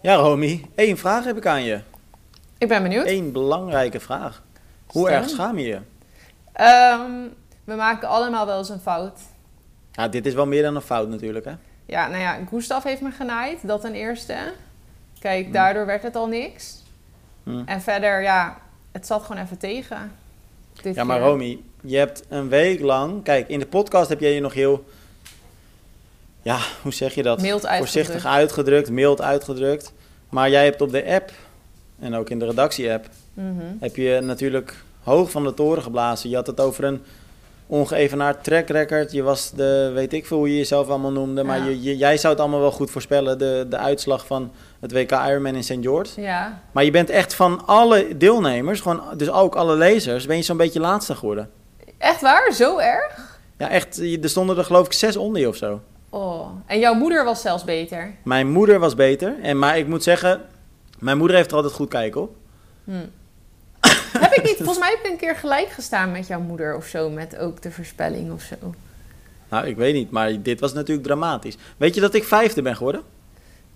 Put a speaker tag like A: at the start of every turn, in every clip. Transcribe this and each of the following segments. A: Ja, Romy, één vraag heb ik aan je.
B: Ik ben benieuwd.
A: Eén belangrijke vraag. Hoe
B: Stel
A: erg
B: hem.
A: schaam je je?
B: Ehm, we maken allemaal wel eens een fout.
A: Ja, dit is wel meer dan een fout natuurlijk, hè?
B: Ja, nou ja, Gustav heeft me genaaid, dat ten eerste. Kijk, daardoor werd het al niks.
A: Hm.
B: En verder, ja, het zat gewoon even tegen. Dit
A: Ja, maar
B: keer.
A: Romy, je hebt een week lang... Kijk, in de podcast heb jij je nog heel... Ja, hoe zeg je dat?
B: Mild uitgedrukt.
A: Voorzichtig uitgedrukt, mild uitgedrukt. Maar jij hebt op de app, en ook in de redactie-app...
B: Mhm.
A: heb je natuurlijk hoog van de toren geblazen. Je had het over een ongeëvenaard track record. Je was de, weet ik veel hoe je jezelf allemaal noemde. Maar
B: Ja.
A: je, je- jij zou het allemaal wel goed voorspellen, de, de uitslag van het WK Ironman in St. George.
B: Ja,
A: Maar je bent echt van alle deelnemers, gewoon, dus ook alle lezers, ben je zo'n beetje laatste geworden.
B: echt waar? Zo erg?
A: Ja, echt, je- er stonden er geloof ik zes onder je of zo.
B: Oh. En jouw moeder was zelfs beter.
A: Mijn moeder was beter, en, maar ik moet zeggen, mijn moeder heeft er altijd goed kijk op.
B: Heb ik niet, volgens mij heb ik een keer gelijk gestaan met jouw moeder of zo, met ook de voorspelling of zo.
A: Nou, ik weet niet, maar dit was natuurlijk dramatisch. Weet je dat ik vijfde ben geworden?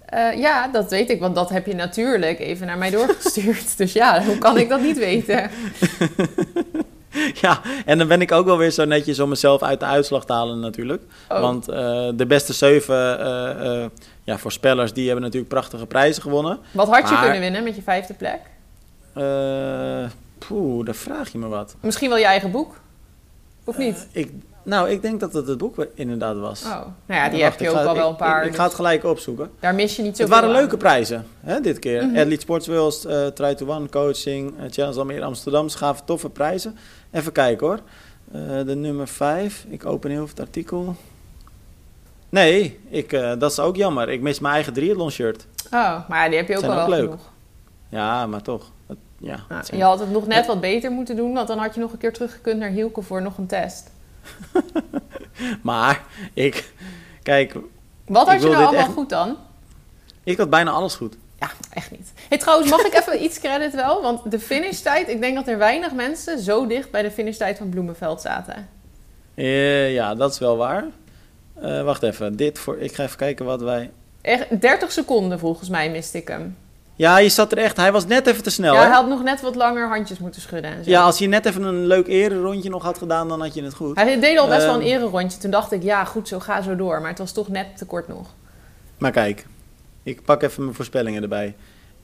B: Eh, ja, dat weet ik, want dat heb je natuurlijk even naar mij doorgestuurd. dus ja, hoe kan ik dat niet weten?
A: Ja, en dan ben ik ook wel weer zo netjes om mezelf uit de uitslag te halen natuurlijk.
B: Oh.
A: Want eh, de beste zeven eh, eh, ja, voorspellers, die hebben natuurlijk prachtige prijzen gewonnen.
B: Wat had je
A: Maar-
B: kunnen winnen met je vijfde plek?
A: Eh poeh, daar vraag je me wat.
B: Misschien wel je eigen boek? Of niet?
A: Ik, nou, ik denk dat het het boek inderdaad was.
B: oh, nou ja, die
A: Wacht,
B: heb je
A: ik
B: ook
A: ga-
B: al
A: ik-
B: wel een paar.
A: Ik, ik ga het gelijk opzoeken.
B: dus Daar mis je niet zo
A: Het waren leuke prijzen hè, dit keer.
B: Mhm.
A: Athlete Sports World, eh, Try to One, Coaching, eh, Challenge Almere Amsterdam. Ze gaven toffe prijzen. Even kijken hoor. Eh, de nummer 5. Ik open heel het artikel. Nee, ik, eh, dat is ook jammer. Ik mis mijn eigen triathlon shirt.
B: Oh, maar ja, die heb je ook
A: Zijn
B: al wel
A: ook leuk.
B: genoeg.
A: Ja, maar toch. Het- ja, het
B: Nou,
A: zijn-
B: je had het nog net wat beter moeten doen, want dan had je nog een keer teruggekund naar Hielke voor nog een test.
A: Maar ik... Kijk,
B: Wat had
A: Ik
B: je
A: wil
B: nou
A: dit
B: allemaal
A: echt-
B: goed dan?
A: ik had bijna alles goed.
B: Ja, echt niet. Hey, trouwens, mag ik even iets credit wel? Want de finishtijd, ik denk dat er weinig mensen zo dicht bij de finishtijd van Bloemenveld zaten.
A: Eh, ja, dat is wel waar. Eh, wacht even. Dit voor, ik ga even kijken wat wij...
B: Echt 30 seconden volgens mij miste ik hem.
A: Ja, je zat er echt... Hij was net even te snel.
B: ja,
A: hè?
B: hij had nog net wat langer handjes moeten schudden en zo.
A: Ja, als je net even een leuk rondje nog had gedaan, dan had je het goed.
B: Hij deed al best wel een
A: Ehm.
B: ererondje. Toen dacht ik, ja goed zo, ga zo door. Maar het was toch net te kort nog.
A: Maar kijk, ik pak even mijn voorspellingen erbij.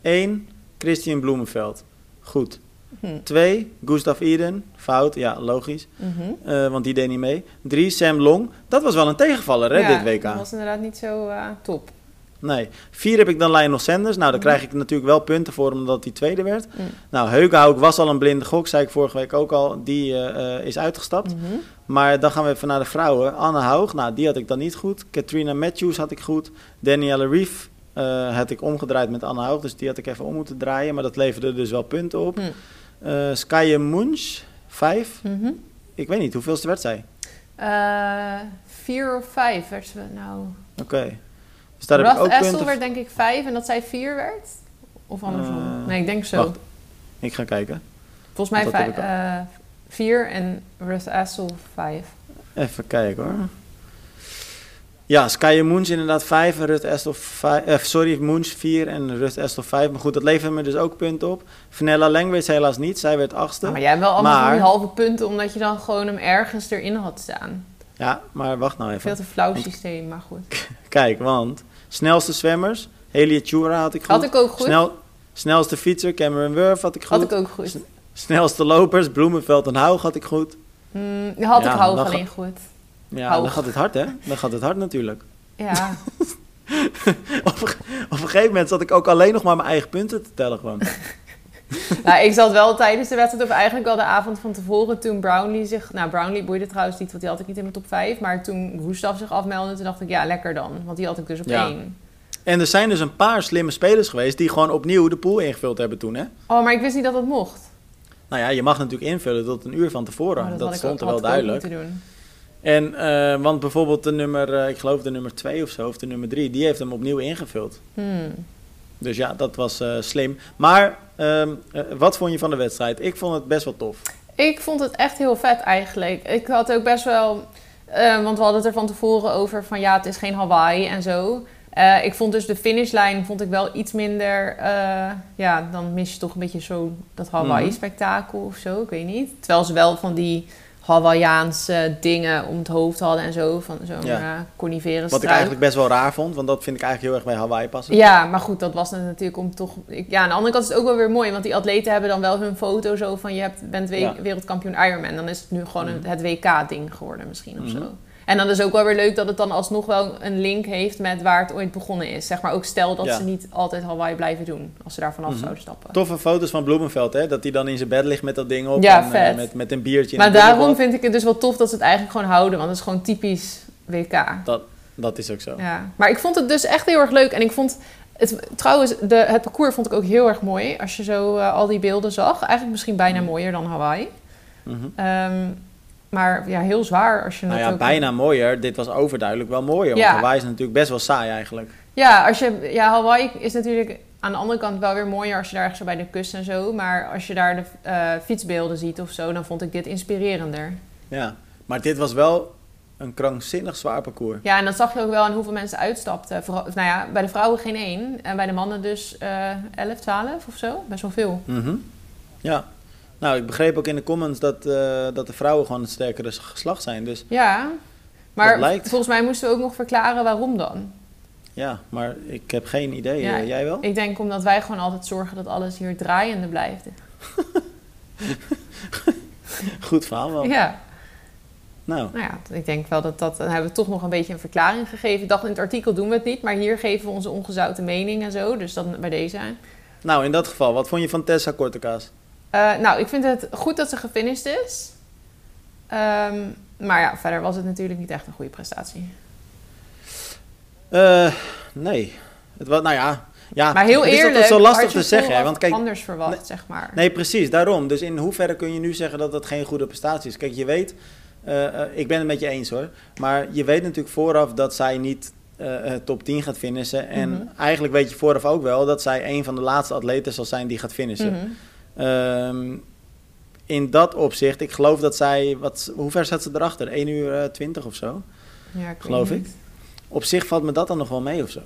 A: 1. Christian Bloemenveld. Goed.
B: Hm.
A: 2. Gustav Iden. Fout, ja, logisch.
B: Mhm.
A: Eh, want die deed niet mee. 3. Sam Long. Dat was wel een tegenvaller, hè,
B: Ja,
A: dit WK.
B: Dat was inderdaad niet zo eh, top.
A: Nee. 4 heb ik dan Lionel Sanders. Nou, daar krijg ik natuurlijk wel punten voor, omdat hij tweede werd.
B: Mm.
A: Nou, Heugenhoek was al een blinde gok, zei ik vorige week ook al. Die eh, eh, is uitgestapt.
B: Mhm.
A: Maar dan gaan we even naar de vrouwen. Anne Haug, nou die had ik dan niet goed. Katrina Matthews had ik goed. Danielle Reef eh, had ik omgedraaid met Anne Haug. Dus die had ik even om moeten draaien. Maar dat leverde dus wel punten op.
B: Hm.
A: Eh Skye Munch, vijf.
B: Mhm.
A: Ik weet niet, hoeveelste werd zij?
B: Eh, vier of vijf werd ze nou.
A: Oké. Dus daar heb ik
B: Ruth
A: ook
B: Essel
A: punten
B: werd denk ik vijf en dat zij vier werd? Of andersom?
A: Eh,
B: nee, ik denk zo.
A: wacht. Ik ga kijken.
B: Volgens mij
A: dat
B: vijf,
A: heb ik
B: eh, vier en Ruth Essel vijf.
A: Even kijken hoor. Ja, Skye Moons inderdaad 5, Rut Estel 5, eh, sorry, Moons 4 en Rut Estel 5. Maar goed, dat leverde me dus ook punten op. Vanella Langwitz helaas niet, zij werd achtste.
B: Nou, maar jij hebt wel allemaal van die
A: Maar-
B: halve punten omdat je dan gewoon hem ergens erin had staan.
A: Ja, maar wacht nou even.
B: Veel te flauw systeem, maar goed.
A: Kijk, want snelste zwemmers, Helia Chura had ik goed.
B: Had ik ook goed.
A: Snel, snelste fietser, Cameron Wurf had ik goed.
B: Had ik ook goed.
A: Snelste lopers, Bloemenveld en Haug had ik goed.
B: Mm, had
A: Ja,
B: ik Houg
A: dan
B: alleen goed.
A: Ja,
B: Haug.
A: dan gaat het hard, hè? Dan gaat het hard natuurlijk.
B: Ja,
A: Op, een ge- op een gegeven moment zat ik ook alleen nog maar mijn eigen punten te tellen gewoon.
B: nou, ik zat wel tijdens de wedstrijd, of eigenlijk al de avond van tevoren, toen Brownlee zich... Nou, Brownlee boeide trouwens niet, want die had ik niet in mijn top 5. Maar toen Gustav zich afmeldde, toen dacht ik, ja, lekker dan. Want die had ik dus op
A: Ja.
B: één.
A: En er zijn dus een paar slimme spelers geweest die gewoon opnieuw de pool ingevuld hebben toen, hè?
B: Oh, maar ik wist niet dat dat mocht.
A: Nou ja, je mag natuurlijk invullen tot een uur van tevoren.
B: Oh,
A: dat
B: had ik
A: stond
B: ook-
A: er wel
B: had ik ook
A: duidelijk.
B: moeten doen.
A: En, eh, want bijvoorbeeld de nummer, eh, ik geloof de nummer 2 of zo, of de nummer 3, die heeft hem opnieuw ingevuld.
B: Hmm.
A: Dus ja, dat was eh, slim. Maar ehm, eh, wat vond je van de wedstrijd? Ik vond het best wel tof.
B: Ik vond het echt heel vet eigenlijk. Ik had ook best wel. eh, want we hadden het er van tevoren over van ja, het is geen Hawaii en zo. Eh, ik vond dus de finishlijn vond ik wel iets minder. eh, ja, dan mis je toch een beetje zo dat
A: Mhm.
B: Hawaii-spektakel of zo. Ik weet niet. Terwijl ze wel van die Hawaiiaanse dingen om het hoofd hadden en zo. Van zo'n
A: Ja.
B: ja. coniferen
A: Wat ik eigenlijk best wel raar vond, want dat vind ik eigenlijk heel erg bij Hawaii passen.
B: Ja, maar goed, dat was het natuurlijk om toch. ik- ja, aan de andere kant is het ook wel weer mooi, want die atleten hebben dan wel hun foto zo van je hebt, bent we-
A: Ja.
B: wereldkampioen Ironman. Dan is het nu gewoon een-
A: Mhm.
B: het WK-ding geworden, misschien of
A: Mhm.
B: zo. En dan is ook wel weer leuk dat het dan alsnog wel een link heeft met waar het ooit begonnen is. Zeg maar ook stel dat
A: Ja.
B: ze niet altijd Hawaii blijven doen, als ze daar vanaf
A: Mhm.
B: zouden stappen.
A: Toffe foto's van Bloemenveld, hè? Dat hij dan in zijn bed ligt met dat ding op.
B: Ja,
A: en, eh,
B: vet.
A: met, met een biertje. in
B: Maar
A: een
B: daarom
A: bubbelbad.
B: vind ik het dus wel tof dat ze het eigenlijk gewoon houden, want het is gewoon typisch WK.
A: Dat is ook zo.
B: Ja, maar ik vond het dus echt heel erg leuk. En ik vond het, trouwens, de, het parcours vond ik ook heel erg mooi. Als je zo eh, al die beelden zag. Eigenlijk misschien bijna
A: Mm.
B: mooier dan Hawaii.
A: Mhm.
B: Ehm, maar ja, heel zwaar als je
A: Nou
B: het
A: ja,
B: ook...
A: bijna mooier. Dit was overduidelijk wel mooier. Want
B: Ja.
A: Hawaii is natuurlijk best wel saai eigenlijk.
B: Ja, als je, ja, Hawaii is natuurlijk aan de andere kant wel weer mooier als je daar echt zo bij de kust en zo. Maar als je daar de eh, fietsbeelden ziet of zo, dan vond ik dit inspirerender.
A: Ja. Maar dit was wel een krankzinnig zwaar parcours.
B: Ja, en dat zag je ook wel aan hoeveel mensen uitstapten. Vooral, nou ja, bij de vrouwen geen één. En bij de mannen dus eh 11, 12 of zo. Best wel veel.
A: Mhm. Ja. Nou, ik begreep ook in de comments dat, eh, dat de vrouwen gewoon het sterkere geslacht zijn. Dus
B: Ja, maar
A: Dat lijkt.
B: volgens mij moesten we ook nog verklaren waarom dan.
A: ja, maar ik heb geen idee.
B: Ja.
A: Eh, jij wel?
B: Ik denk omdat wij gewoon altijd zorgen dat alles hier draaiende blijft.
A: Goed verhaal wel.
B: Ja,
A: Nou,
B: nou ja, ik denk wel dat dat... Dan hebben we toch nog een beetje een verklaring gegeven. Ik dacht, in het artikel doen we het niet, maar hier geven we onze ongezouten mening en zo. Dus dan bij deze.
A: nou, in dat geval, wat vond je van Tessa Kortekaas?
B: Eh, nou, ik vind het goed dat ze gefinished is. Ehm, maar ja, verder was het natuurlijk niet echt een goede prestatie.
A: Eh, nee. Het was, nou ja. ja
B: maar heel
A: het is
B: eerlijk,
A: altijd zo lastig
B: had je
A: te zeggen. hè,
B: vooraf
A: Want kijk,
B: anders verwacht, zeg maar.
A: nee, precies, daarom. Dus in hoeverre kun je nu zeggen dat dat geen goede prestatie is? Kijk, je weet, eh, eh, ik ben het met je eens hoor. Maar je weet natuurlijk vooraf dat zij niet eh, eh, top 10 gaat finishen. En
B: Mhm.
A: eigenlijk weet je vooraf ook wel dat zij een van de laatste atleten zal zijn die gaat finishen.
B: Mhm.
A: Ehm, in dat opzicht, ik geloof dat zij, wat, hoe ver zat ze erachter? 1 uur eh, 20 of zo?
B: Ja, ik
A: Geloof
B: weet
A: ik. Op zich valt me dat dan nog wel mee of zo.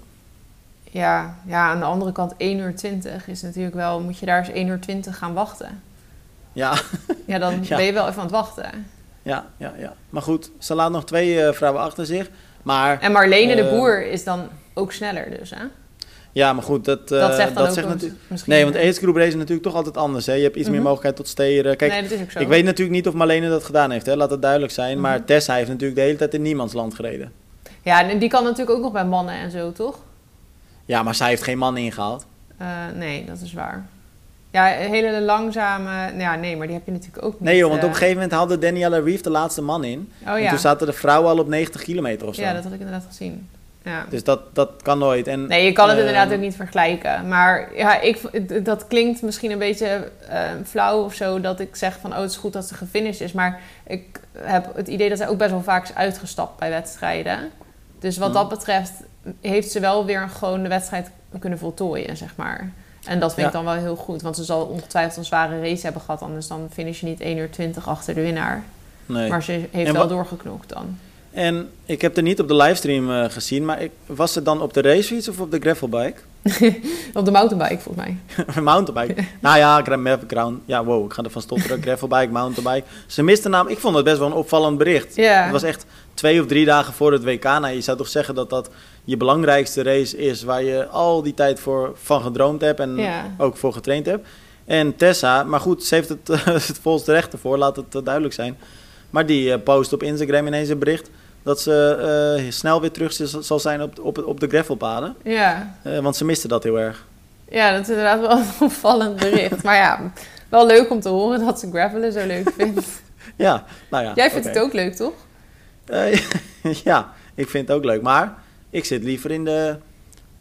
B: Ja, ja, aan de andere kant 1 uur 20 is natuurlijk wel... moet je daar eens 1 uur 20 gaan wachten.
A: Ja,
B: Ja, dan
A: Ja.
B: ben je wel even aan het wachten.
A: ja, ja, ja. Maar goed, ze laat nog twee eh, vrouwen achter zich. Maar,
B: En Marlene de
A: Eh,
B: Boer is dan ook sneller dus, hè?
A: ja, maar goed, dat, eh,
B: Dat zegt dan ook wel
A: natuurlijk...
B: misschien... eh,
A: Nee, want age group race is natuurlijk toch altijd anders. Hè? Je hebt iets
B: Mhm.
A: meer mogelijkheid tot steren. Kijk,
B: nee, dat is ook zo.
A: ik weet natuurlijk niet of Marlene dat gedaan heeft, hè? laat dat duidelijk zijn.
B: Mhm.
A: Maar Tessa heeft natuurlijk de hele tijd in niemands land gereden.
B: Ja, en die kan natuurlijk ook nog bij mannen en zo, toch?
A: Ja, maar zij heeft geen man ingehaald.
B: Eh, nee, dat is waar. Ja, een hele langzame... nou Ja, nee, maar die heb je natuurlijk ook niet.
A: Nee joh, want op een
B: eh,
A: gegeven moment haalde Daniela Reeve de laatste man in.
B: Oh
A: En
B: ja,
A: toen zaten de vrouwen al op 90 kilometer of zo.
B: ja dat had ik inderdaad gezien. Ja.
A: Dus dat, dat kan nooit. En,
B: Nee, je kan het
A: ehm,
B: inderdaad ook niet vergelijken. Maar ja, ik, v- dat klinkt misschien een beetje eh, flauw of zo... dat ik zeg van, oh, het is goed dat ze gefinished is. Maar ik heb het idee dat zij ook best wel vaak is uitgestapt bij wedstrijden. Dus wat
A: Mhm.
B: dat betreft heeft ze wel weer gewoon de wedstrijd kunnen voltooien, zeg maar. En dat vind ik
A: Ja.
B: dan wel heel goed. Want ze zal ongetwijfeld een zware race hebben gehad. Anders dan finish je niet 1 uur 20 achter de winnaar.
A: nee.
B: Maar ze heeft
A: En
B: wel
A: wat-
B: doorgeknokt dan.
A: En ik heb er niet op de livestream eh, gezien, maar ik, was het dan op de racefiets of op de gravelbike?
B: Op de mountainbike, volgens mij.
A: mountainbike. nou ja, gra- ground. Ja, wow, ik ga ervan stotteren. gravelbike, mountainbike. Ze miste naam. Ik vond het best wel een opvallend bericht.
B: Ja.
A: Het was echt twee of drie dagen voor het WK. Nou, je zou toch zeggen dat dat je belangrijkste race is waar je al die tijd voor van gedroomd hebt en
B: Ja.
A: ook voor getraind hebt. En Tessa, maar goed, ze heeft het, het volste recht ervoor, laat het eh, duidelijk zijn. Maar die eh, post op Instagram ineens een bericht dat ze eh, snel weer terug z- zal zijn op, op, op de gravelpaden.
B: Ja.
A: Eh, want ze miste dat heel erg.
B: Ja, dat is inderdaad wel een opvallend bericht. Maar ja, wel leuk om te horen dat ze gravelen zo leuk vindt.
A: Ja, nou ja.
B: Jij vindt
A: oké.
B: het ook leuk, toch?
A: Eh, ja, ik vind het ook leuk. Maar ik zit liever in de,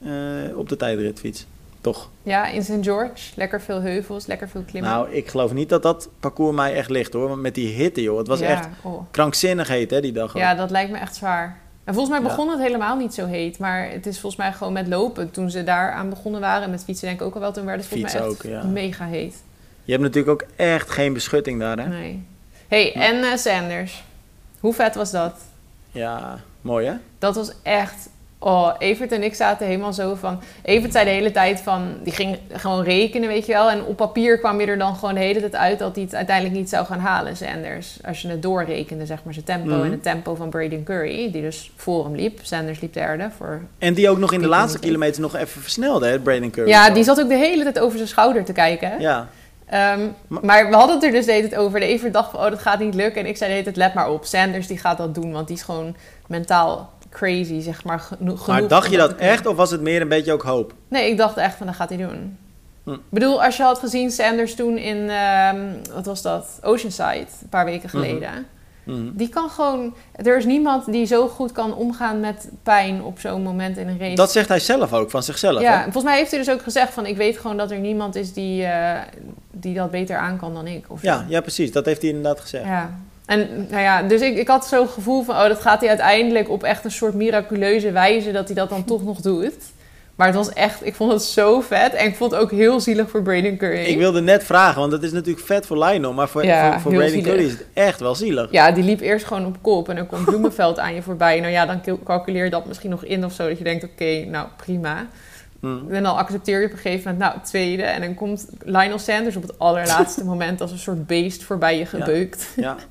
A: eh, op de tijdritfiets. Toch?
B: Ja, in St. George. Lekker veel heuvels, lekker veel klimmen.
A: Nou, ik geloof niet dat dat parcours mij echt ligt hoor. Want met die hitte joh, het was
B: ja,
A: echt
B: oh.
A: krankzinnig heet hè, die dag. ook.
B: Ja, dat lijkt me echt zwaar. En volgens mij
A: Ja.
B: begon het helemaal niet zo heet. Maar het is volgens mij gewoon met lopen. Toen ze daar aan begonnen waren. En met fietsen denk ik ook al wel. Toen werd het volgens mij echt
A: Fietsen ook, ja.
B: mega heet.
A: Je hebt natuurlijk ook echt geen beschutting daar hè.
B: Nee. hey, en eh, Sanders. Hoe vet was dat?
A: Ja, mooi hè.
B: Dat was echt Oh, Evert en ik zaten helemaal zo van... Evert zei de hele tijd van... Die ging gewoon rekenen, weet je wel. En op papier kwam je er dan gewoon de hele tijd uit... dat hij het uiteindelijk niet zou gaan halen, Sanders. Als je het doorrekende, zeg maar, zijn tempo.
A: Mhm.
B: En het tempo van Braden Curry, die dus voor hem liep. Sanders liep derde voor...
A: En die ook nog in de
B: Ik
A: laatste
B: weet niet.
A: kilometer nog even versnelde, hè, Braden Curry.
B: Ja,
A: Zo.
B: die zat ook de hele tijd over zijn schouder te kijken. hè?
A: Ja,
B: Ehm,
A: Ma-
B: maar we hadden het er dus de hele tijd over. De Evert dacht van, oh, dat gaat niet lukken. En ik zei de hele tijd, let maar op. Sanders, die gaat dat doen. Want die is gewoon mentaal crazy, zeg maar, geno- genoeg.
A: maar
B: om
A: dacht je dat
B: te kunnen.
A: echt of was het meer een beetje ook hoop?
B: Nee, ik dacht echt van, dat gaat hij doen.
A: Hm.
B: Ik bedoel, als je had gezien Sanders toen in, ehm, wat was dat? Oceanside, een paar weken
A: Mhm.
B: geleden.
A: Mhm.
B: Die kan gewoon... Er is niemand die zo goed kan omgaan met pijn op zo'n moment in een race.
A: Dat zegt hij zelf ook, van zichzelf.
B: ja,
A: hè?
B: volgens mij heeft hij dus ook gezegd van... ik weet gewoon dat er niemand is die, eh, die dat beter aan kan dan ik. Of
A: Ja, ja, precies. Dat heeft hij inderdaad gezegd.
B: Ja. En nou ja, dus ik, ik had zo'n gevoel van, oh, dat gaat hij uiteindelijk op echt een soort miraculeuze wijze, dat hij dat dan toch nog doet. Maar het was echt, ik vond het zo vet. En ik vond het ook heel zielig voor Braden Curry.
A: Ik wilde net vragen, want dat is natuurlijk vet voor Lionel, maar voor,
B: Ja,
A: voor, voor
B: heel
A: Braden
B: zielig.
A: Curry is het echt wel zielig.
B: Ja, die liep eerst gewoon op kop en dan komt Bloemenveld aan je voorbij. Nou ja, dan cal- calculeer je dat misschien nog in of zo, dat je denkt, oké, nou prima.
A: Mhm.
B: En dan accepteer je op een gegeven moment, nou tweede. En dan komt Lionel Sanders op het allerlaatste moment als een soort beest voorbij je gebeukt.
A: Ja.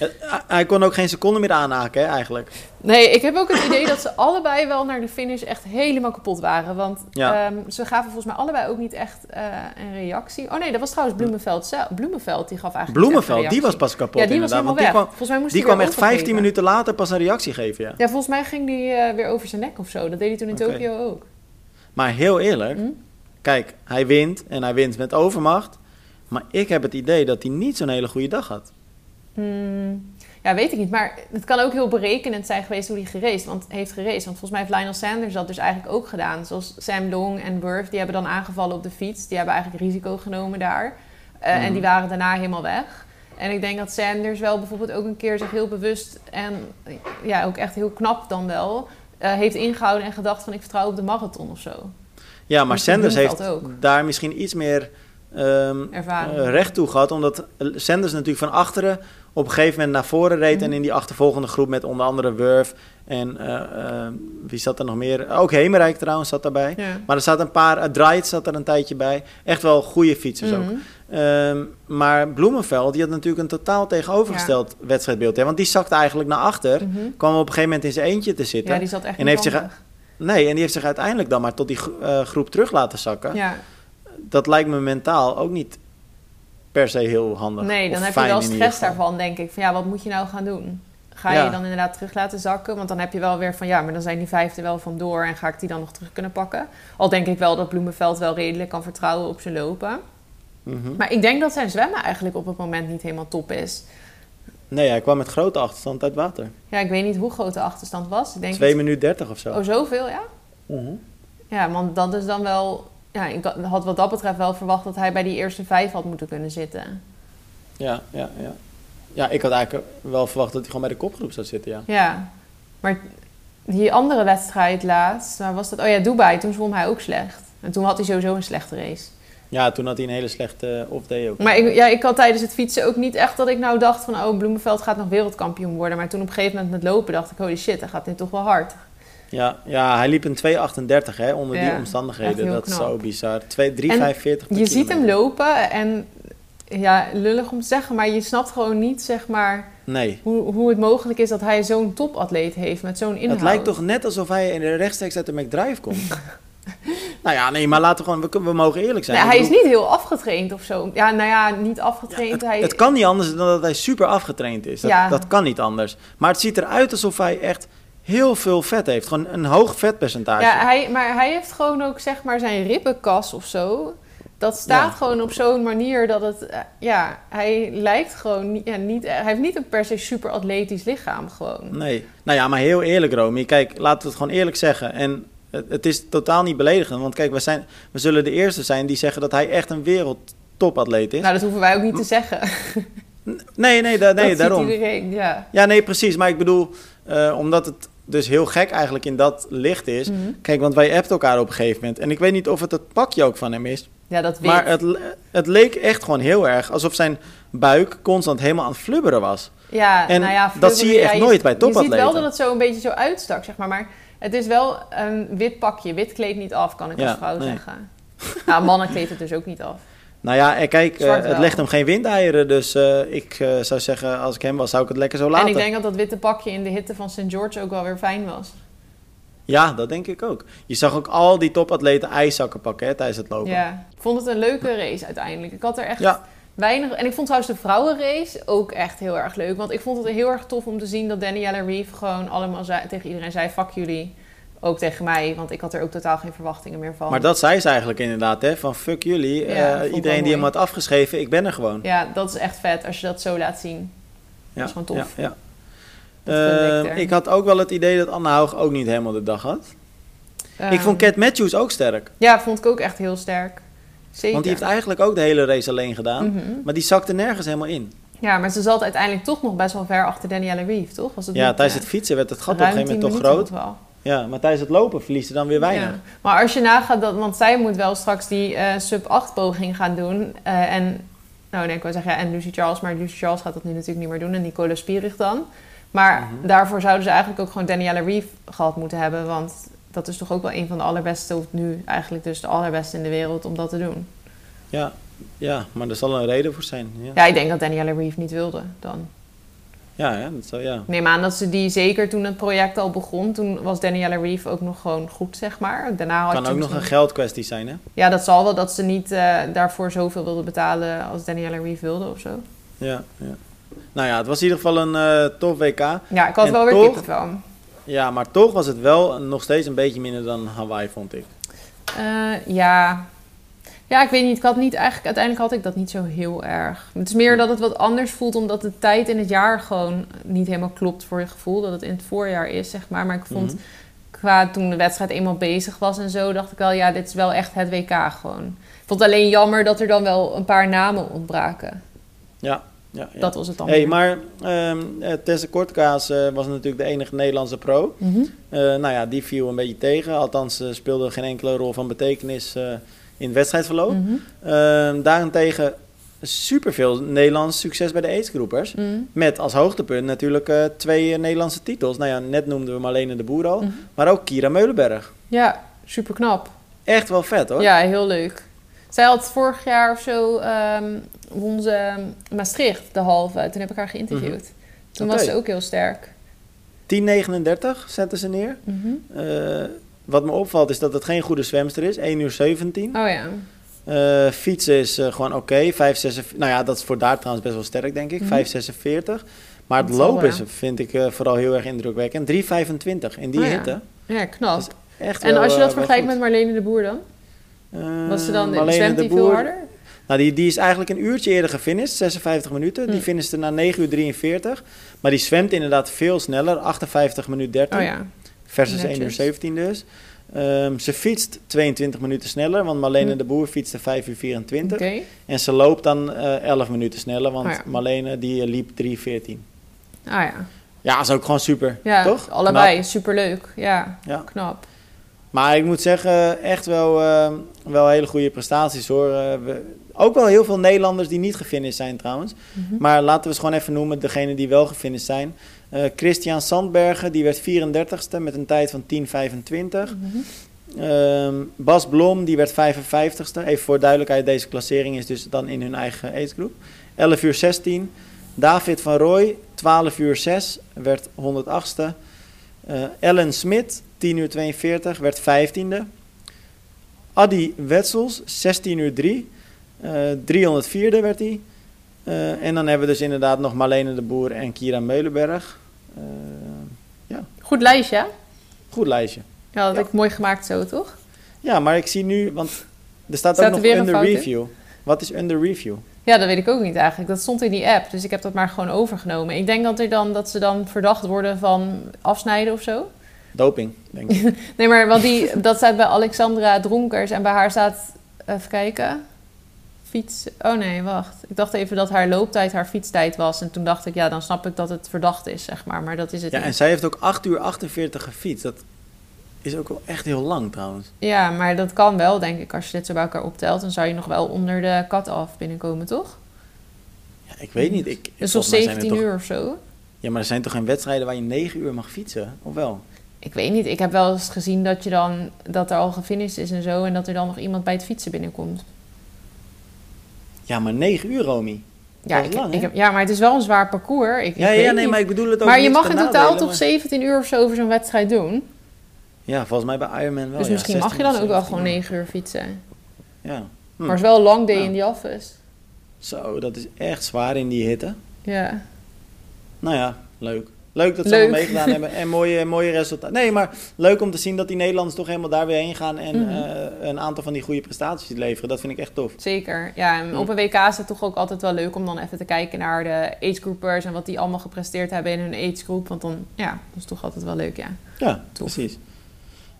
A: Ja, hij- Hij kon ook geen seconde meer aanhaken, hè, eigenlijk.
B: Nee, ik heb ook het idee dat ze allebei wel naar de finish echt helemaal kapot waren. Want
A: Ja.
B: ehm, ze gaven volgens mij allebei ook niet echt eh, een reactie. Oh nee, dat was trouwens Bloemenveld zelf. Bloemenveld, die gaf eigenlijk niet echt
A: Bloemenveld, die
B: een
A: was
B: reactie.
A: pas kapot
B: Ja, die
A: inderdaad.
B: was helemaal
A: want die
B: weg.
A: kwam,
B: volgens mij moest
A: die
B: hij
A: kwam
B: weer
A: echt 15
B: overgeven.
A: minuten later pas een reactie geven, ja.
B: Ja, volgens mij ging die eh, weer over zijn nek of zo. Dat deed hij toen in
A: Oké.
B: Tokio ook.
A: Maar heel eerlijk,
B: Hm?
A: kijk, hij wint en hij wint met overmacht. Maar ik heb het idee dat hij niet zo'n hele goede dag had.
B: Hmm, ja, weet ik niet. Maar het kan ook heel berekenend zijn geweest hoe hij geraced, want, heeft geraced. Want volgens mij heeft Lionel Sanders dat dus eigenlijk ook gedaan. Zoals Sam Long en Worth, die hebben dan aangevallen op de fiets. Die hebben eigenlijk risico genomen daar. Eh, En die waren daarna helemaal weg. En ik denk dat Sanders wel bijvoorbeeld ook een keer zich heel bewust... en eh, ja, ook echt heel knap dan wel... eh, heeft ingehouden en gedacht van ik vertrouw op de marathon of zo.
A: Ja, maar
B: Misschien
A: Sanders heeft
B: Bloemenveld ook.
A: daar misschien iets meer ehm,
B: Ervaring.
A: eh, recht toe gehad. Omdat Sanders natuurlijk van achteren op een gegeven moment naar voren
B: Hm.
A: reed. En in die achtervolgende groep met onder andere Wurf en eh, eh, wie zat er nog meer? Ook Hemerijk trouwens zat daarbij.
B: Ja.
A: Maar er zat een paar, uh, zat er een tijdje bij. Echt wel goede fietsers ook.
B: Mhm.
A: Ehm, maar Bloemenveld, die had natuurlijk een totaal tegenovergesteld wedstrijdbeeld. Hè? Want die zakte eigenlijk naar achter.
B: Mhm.
A: Kwam op een gegeven moment in zijn eentje te zitten.
B: Ja, die zat echt
A: En
B: niet
A: heeft zich-
B: handig.
A: Nee, en die heeft zich uiteindelijk dan maar tot die gro- eh, groep terug laten zakken.
B: Ja.
A: Dat lijkt me mentaal ook niet per se heel handig.
B: Nee, dan
A: Of
B: heb je
A: fijn
B: wel
A: in ieder
B: stress
A: geval.
B: daarvan, denk ik. Van ja, wat moet je nou gaan doen? Ga
A: Ja.
B: je dan inderdaad terug laten zakken? Want dan heb je wel weer van ja, maar dan zijn die vijfde wel vandoor en ga ik die dan nog terug kunnen pakken? Al denk ik wel dat Bloemenveld wel redelijk kan vertrouwen op zijn lopen.
A: Mhm.
B: Maar ik denk dat zijn zwemmen eigenlijk op het moment niet helemaal top is.
A: Nee, hij kwam met grote achterstand uit water.
B: Ja, ik weet niet hoe groot de achterstand was. Ik denk
A: 2
B: dat-
A: minuten 30 of zo.
B: Oh, zoveel, ja?
A: Mhm.
B: Ja, want dat is dan wel. Ja, ik had wat dat betreft wel verwacht dat hij bij die eerste vijf had moeten kunnen zitten.
A: Ja, ja, ja. Ja, ik had eigenlijk wel verwacht dat hij gewoon bij de kopgroep zou zitten, ja.
B: Ja, maar die andere wedstrijd laatst, waar was dat? Oh ja, Dubai, toen zwom hij ook slecht. En toen had hij sowieso een slechte race.
A: Ja, toen had hij een hele slechte off-day ook.
B: Maar ik, ja, ik had tijdens het fietsen ook niet echt dat ik nou dacht van... oh, Bloemenveld gaat nog wereldkampioen worden. Maar toen op een gegeven moment met lopen dacht ik... holy shit, hij gaat dit toch wel hard.
A: Ja, ja, hij liep een 2,38 hè, onder die
B: Ja, echt
A: omstandigheden.
B: heel
A: Dat is
B: knap.
A: zo bizar. 2,345 per kilometer.
B: Je ziet hem lopen en... ja, lullig om te zeggen, maar je snapt gewoon niet, zeg maar...
A: Nee.
B: hoe, hoe het mogelijk is dat hij zo'n topatleet heeft met zo'n inhoud.
A: Het lijkt toch net alsof hij rechtstreeks uit de McDrive komt. nou ja, nee, maar laten we gewoon... We, kunnen- we mogen eerlijk zijn.
B: Nee,
A: Ik
B: Nou, hij is
A: bedoel,
B: niet heel afgetraind of zo. Ja, nou ja, niet afgetraind. hij...
A: Het kan niet anders dan dat hij super afgetraind is. Dat,
B: Ja.
A: dat kan niet anders. Maar het ziet eruit alsof hij echt heel veel vet heeft. Gewoon een hoog vetpercentage.
B: Ja, hij, maar hij heeft gewoon ook zeg maar zijn ribbenkas of zo. Dat staat
A: Ja.
B: gewoon op zo'n manier dat het... eh, Ja, hij lijkt gewoon niet... Ja, niet eh, hij heeft niet een per se super atletisch lichaam gewoon.
A: Nee. Nou ja, maar heel eerlijk, Romy. Kijk, laten we het gewoon eerlijk zeggen. En het, het is totaal niet beledigend. Want kijk, we, zijn, we zullen de eerste zijn die zeggen dat hij echt een wereldtopatleet is.
B: Nou, dat hoeven wij ook niet te zeggen.
A: nee, nee, da- nee
B: dat
A: daarom.
B: ziet iedereen, ja.
A: Ja, nee, precies. Maar ik bedoel, eh, omdat het dus heel gek eigenlijk in dat licht is.
B: Mhm.
A: Kijk, want wij appen elkaar op een gegeven moment. En ik weet niet of het het pakje ook van hem is.
B: Ja, dat weet
A: Maar het, le- het leek echt gewoon heel erg alsof zijn buik constant helemaal aan het flubberen was.
B: Ja,
A: eh, En
B: nou ja,
A: dat zie je echt
B: ja,
A: nooit bij
B: Je ziet wel
A: topatleten.
B: dat het zo een beetje zo uitstak, zeg maar. Maar Het is wel een wit pakje. Wit kleedt niet af, kan ik
A: Ja,
B: als vrouw
A: nee.
B: zeggen. Nou, mannen kleedt het dus ook niet af.
A: Nou ja, en kijk, eh,
B: Zwart
A: het
B: wel.
A: legt hem geen windeieren. Dus eh, ik eh, zou zeggen, als ik hem was, zou ik het lekker zo laten.
B: En ik denk dat dat witte pakje in de hitte van St. George ook wel weer fijn was.
A: Ja, dat denk ik ook. Je zag ook al die topatleten ijszakken pakken hè, tijdens het lopen.
B: Ja. Ik vond het een leuke race uiteindelijk. Ik had er echt
A: Ja.
B: weinig... En ik vond trouwens de vrouwenrace ook echt heel erg leuk. Want ik vond het heel erg tof om te zien dat Danielle Reeve gewoon allemaal zei- tegen iedereen zei... Fuck jullie. Ook tegen mij. Want ik had er ook totaal geen verwachtingen meer van.
A: Maar dat zei ze eigenlijk inderdaad, hè? Van fuck jullie,
B: Ja,
A: eh,
B: dat vond ik wel
A: iedereen die
B: mooi.
A: hem had afgeschreven, ik ben er gewoon.
B: Ja, dat is echt vet als je dat zo laat zien.
A: Ja,
B: is gewoon tof.
A: Ja, ja.
B: Dat vind
A: Eh,
B: ik er.
A: ik had ook wel het idee dat Anna Haug ook niet helemaal de dag had. ik
B: Ehm,
A: vond Cat Matthews ook sterk.
B: Ja, vond ik ook echt heel sterk. Zeker.
A: Want die heeft eigenlijk ook de hele race alleen gedaan.
B: Mhm.
A: Maar die zakte nergens helemaal in.
B: Ja, maar ze zat uiteindelijk toch nog best wel ver achter Danielle Reeve, toch? Was het
A: Ja,
B: niet,
A: tijdens
B: eh,
A: het fietsen werd het gat op een
B: ruim
A: gegeven moment
B: 10
A: toch
B: minuten
A: groot.
B: nog wel.
A: Ja, maar tijdens het lopen verliest ze dan weer weinig.
B: Ja. Maar als je nagaat dat, want zij moet wel straks die eh, sub-8 poging gaan doen. eh, en, nou nee, ik wil zeggen, ja, en Lucy Charles, maar Lucy Charles gaat dat nu natuurlijk niet meer doen. En Nicola Spierig dan. Maar
A: Mhm.
B: daarvoor zouden ze eigenlijk ook gewoon Danielle Reeve gehad moeten hebben. Want dat is toch ook wel een van de allerbeste, of nu eigenlijk dus de allerbeste in de wereld om dat te doen.
A: Ja, ja, maar er zal een reden voor zijn. Ja, ja.
B: Ja, ik denk dat Danielle Reeve niet wilde dan.
A: ja, dat zou, ja.
B: Ik neem aan dat ze die zeker toen het project al begon, toen was Danielle Reeve ook nog gewoon goed, zeg maar. Daarna had
A: kan
B: je
A: ook nog
B: misschien-
A: een geldkwestie zijn, hè?
B: Ja, dat zal wel dat ze niet eh, daarvoor zoveel wilden betalen als Danielle Reeve wilde of zo.
A: Ja, ja. Nou ja, het was in ieder geval een eh, tof WK.
B: Ja, ik had
A: En
B: wel weer
A: toch-
B: kippenvel. van.
A: Ja, maar toch was het wel nog steeds een beetje minder dan Hawaii, vond ik.
B: Eh, ja. ja, ik weet niet. Ik had niet eigenlijk, uiteindelijk had ik dat niet zo heel erg. Het is meer dat het wat anders voelt omdat de tijd in het jaar gewoon niet helemaal klopt voor je gevoel. Dat het in het voorjaar is, zeg maar. Maar ik vond
A: Mhm.
B: qua toen de wedstrijd eenmaal bezig was en zo, dacht ik wel, ja, dit is wel echt het WK gewoon. Ik vond het alleen jammer dat er dan wel een paar namen ontbraken.
A: Ja, ja.
B: Dat was het dan.
A: hey,
B: weer.
A: maar ehm eh, Tessa Kortkaas eh, was natuurlijk de enige Nederlandse pro.
B: Mhm.
A: Eh, nou ja, die viel een beetje tegen. Althans, ze speelde geen enkele rol van betekenis eh, in het wedstrijdverloop.
B: Mhm.
A: Ehm, daarentegen superveel Nederlands succes bij de aidsgroepers.
B: Mhm.
A: Met als hoogtepunt natuurlijk eh, twee eh, Nederlandse titels. Nou ja, net noemden we Marlene de Boer al.
B: Mhm.
A: Maar ook Kira Meulenberg.
B: Ja, super knap.
A: Echt wel vet hoor.
B: Ja, heel leuk. Zij had vorig jaar of zo ehm won ze ehm, Maastricht, de halve. Toen heb ik haar geïnterviewd. Toen was
A: Mhm. Oké.
B: ze ook heel sterk.
A: 10.39 zetten ze neer. Eh, wat me opvalt is dat het geen goede zwemster is. 1 uur 17.
B: Oh ja.
A: Eh, fietsen is eh, gewoon oké. 5,46. Nou ja, dat is voor daar trouwens best wel sterk, denk ik.
B: Mhm.
A: 5,46. Maar het
B: Dat zal
A: lopen is,
B: wel.
A: vind ik eh, vooral heel erg indrukwekkend. 3,25 in die
B: Oh ja.
A: hitte.
B: Ja, knap.
A: Dat Echt
B: en
A: wel,
B: als je
A: eh,
B: dat
A: wel
B: vergelijkt met
A: goed.
B: Marlene de Boer dan?
A: Eh,
B: Was ze dan,
A: Marlene
B: zwemt
A: de
B: die veel
A: Boer-
B: harder?
A: Nou, die, die is eigenlijk een uurtje eerder gefinished, 56 minuten. Die
B: Hm.
A: finishte na 9 uur 43. Maar die zwemt inderdaad veel sneller, 58 minuten 13.
B: Oh ja.
A: Versus
B: Netjes.
A: 1 uur 17 dus. Ehm, ze fietst 22 minuten sneller, want Marlene
B: Hm.
A: de Boer fietste 5 uur 24.
B: Oké.
A: En ze loopt dan eh 11 minuten sneller, want
B: Oh ja.
A: Marlene die eh, liep 3.14.
B: Ah ja.
A: Ja, is ook gewoon super,
B: Ja,
A: toch?
B: allebei. Superleuk. Ja,
A: Ja.
B: knap.
A: Maar ik moet zeggen, echt wel, eh, wel hele goede prestaties hoor. Eh, we- ook wel heel veel Nederlanders die niet gefinished zijn trouwens.
B: Mhm.
A: Maar laten we ze gewoon even noemen, degene die wel gefinished zijn. Eh, Christian Sandbergen, die werd 34ste met een tijd van 10.25.
B: Mhm.
A: Ehm, Bas Blom, die werd 55ste. Even voor duidelijkheid, deze klassering is dus dan in hun eigen agegroep. 11 uur 16. David van Rooij, 12 uur 6, werd 108ste. Eh, Ellen Smit, 10 uur 42, werd 15e. Adi Wetsels, 16 uur 3, eh 304e werd hij. Eh, en dan hebben we dus inderdaad nog Marlene de Boer en Kira Meulenberg. Eh,
B: Goed lijstje, hè?
A: goed lijstje.
B: Ja, dat
A: Ja.
B: heb ik mooi gemaakt zo, toch?
A: Ja, maar ik zie nu, want er staat,
B: Staat er
A: ook nog
B: weer een
A: under
B: fout in?
A: review. Wat is under review?
B: Ja, dat weet ik ook niet eigenlijk. Dat stond in die app, dus ik heb dat maar gewoon overgenomen. Ik denk dat, er dan, dat ze dan verdacht worden van afsnijden of zo.
A: Doping, denk ik.
B: Nee, maar want die, dat staat bij Alexandra Dronkers en bij haar staat, even kijken, fiets. Oh nee, wacht. Ik dacht even dat haar looptijd haar fietstijd was. En toen dacht ik, ja, dan snap ik dat het verdacht is, zeg maar. Maar dat is het
A: ja, en
B: niet.
A: zij heeft ook 8 uur 48 gefietst. Dat is ook wel echt heel lang trouwens.
B: Ja, maar dat kan wel, denk ik. Als je dit zo bij elkaar optelt, dan zou je nog wel onder de kat af binnenkomen, toch?
A: Ja, ik weet niet. Ik,
B: Dus nog
A: volgens mij zijn er
B: 17
A: toch-
B: uur of zo.
A: Ja, maar er zijn toch geen wedstrijden waar je 9 uur mag fietsen? Of wel?
B: ik weet niet, ik heb wel eens gezien dat, je dan, dat er al gefinished is en zo. En dat er dan nog iemand bij het fietsen binnenkomt.
A: Ja, maar 9 uur, Romy.
B: Ja,
A: Dat is
B: ik,
A: lang, hè?
B: ik heb, ja, maar het is wel een zwaar parcours. Ik,
A: Ja,
B: ik weet
A: ja, nee,
B: niet.
A: maar ik bedoel het ook
B: Maar je
A: niet
B: mag
A: ten
B: in
A: nadele,
B: totaal toch
A: maar-
B: 17 uur of zo over zo'n wedstrijd doen.
A: Ja, volgens mij bij Ironman wel.
B: dus
A: ja,
B: misschien mag je dan
A: 16
B: ook
A: of
B: wel
A: 17
B: gewoon
A: uur.
B: 9 uur fietsen.
A: Ja. Hm.
B: Maar het is wel een long day
A: Ja.
B: in the office.
A: Zo, dat is echt zwaar in die hitte.
B: Ja.
A: Nou ja, leuk. Leuk dat ze
B: Leuk.
A: allemaal meegedaan hebben en mooie, mooie resultaten. Nee, maar leuk om te zien dat die Nederlanders toch helemaal daar weer heen gaan en
B: Mhm.
A: eh, een aantal van die goede prestaties leveren. Dat vind ik echt tof.
B: Zeker. Ja, en op een WK is het toch ook altijd wel leuk om dan even te kijken naar de agegroupers en wat die allemaal gepresteerd hebben in hun agegroep. Want dan, ja, dat is toch altijd wel leuk, ja.
A: Ja,
B: Tof.
A: precies.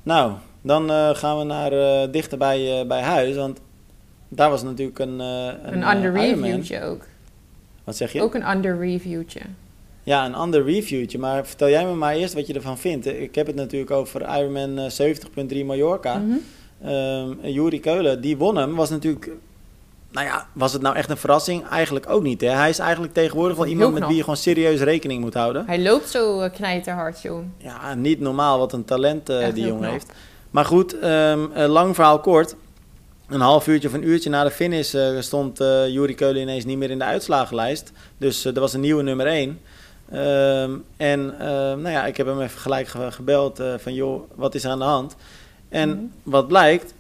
A: Nou, dan eh, gaan we naar eh, dichter bij, eh, bij huis, want daar was natuurlijk een... eh,
B: Een,
A: eh, Ironman.
B: under-reviewtje ook.
A: Wat zeg je?
B: Ook een under-reviewtje.
A: Ja, een ander reviewtje, maar vertel jij me maar eerst wat je ervan vindt. Ik heb het natuurlijk over Ironman eh, 70.3 Mallorca.
B: Mhm.
A: Ehm Juri Keulen, die won hem, was natuurlijk... Nou ja, was het nou echt een verrassing? Eigenlijk ook niet. Hè? Hij is eigenlijk tegenwoordig wel
B: Heel
A: iemand met
B: knap.
A: wie je gewoon serieus rekening moet houden.
B: Hij loopt zo eh, knijterhard, joh.
A: Ja, niet normaal wat een talent eh,
B: Echt
A: die
B: heel
A: jongen
B: knap.
A: heeft. Maar goed, ehm, eh, lang verhaal kort. Een half uurtje of een uurtje na de finish eh, stond eh Juri Keulen ineens niet meer in de uitslagenlijst. Dus eh, er was een nieuwe nummer 1. en ehm, nou ja, ik heb hem even gelijk ge- gebeld eh, van joh, wat is er aan de hand? En
B: Mhm.
A: wat blijkt,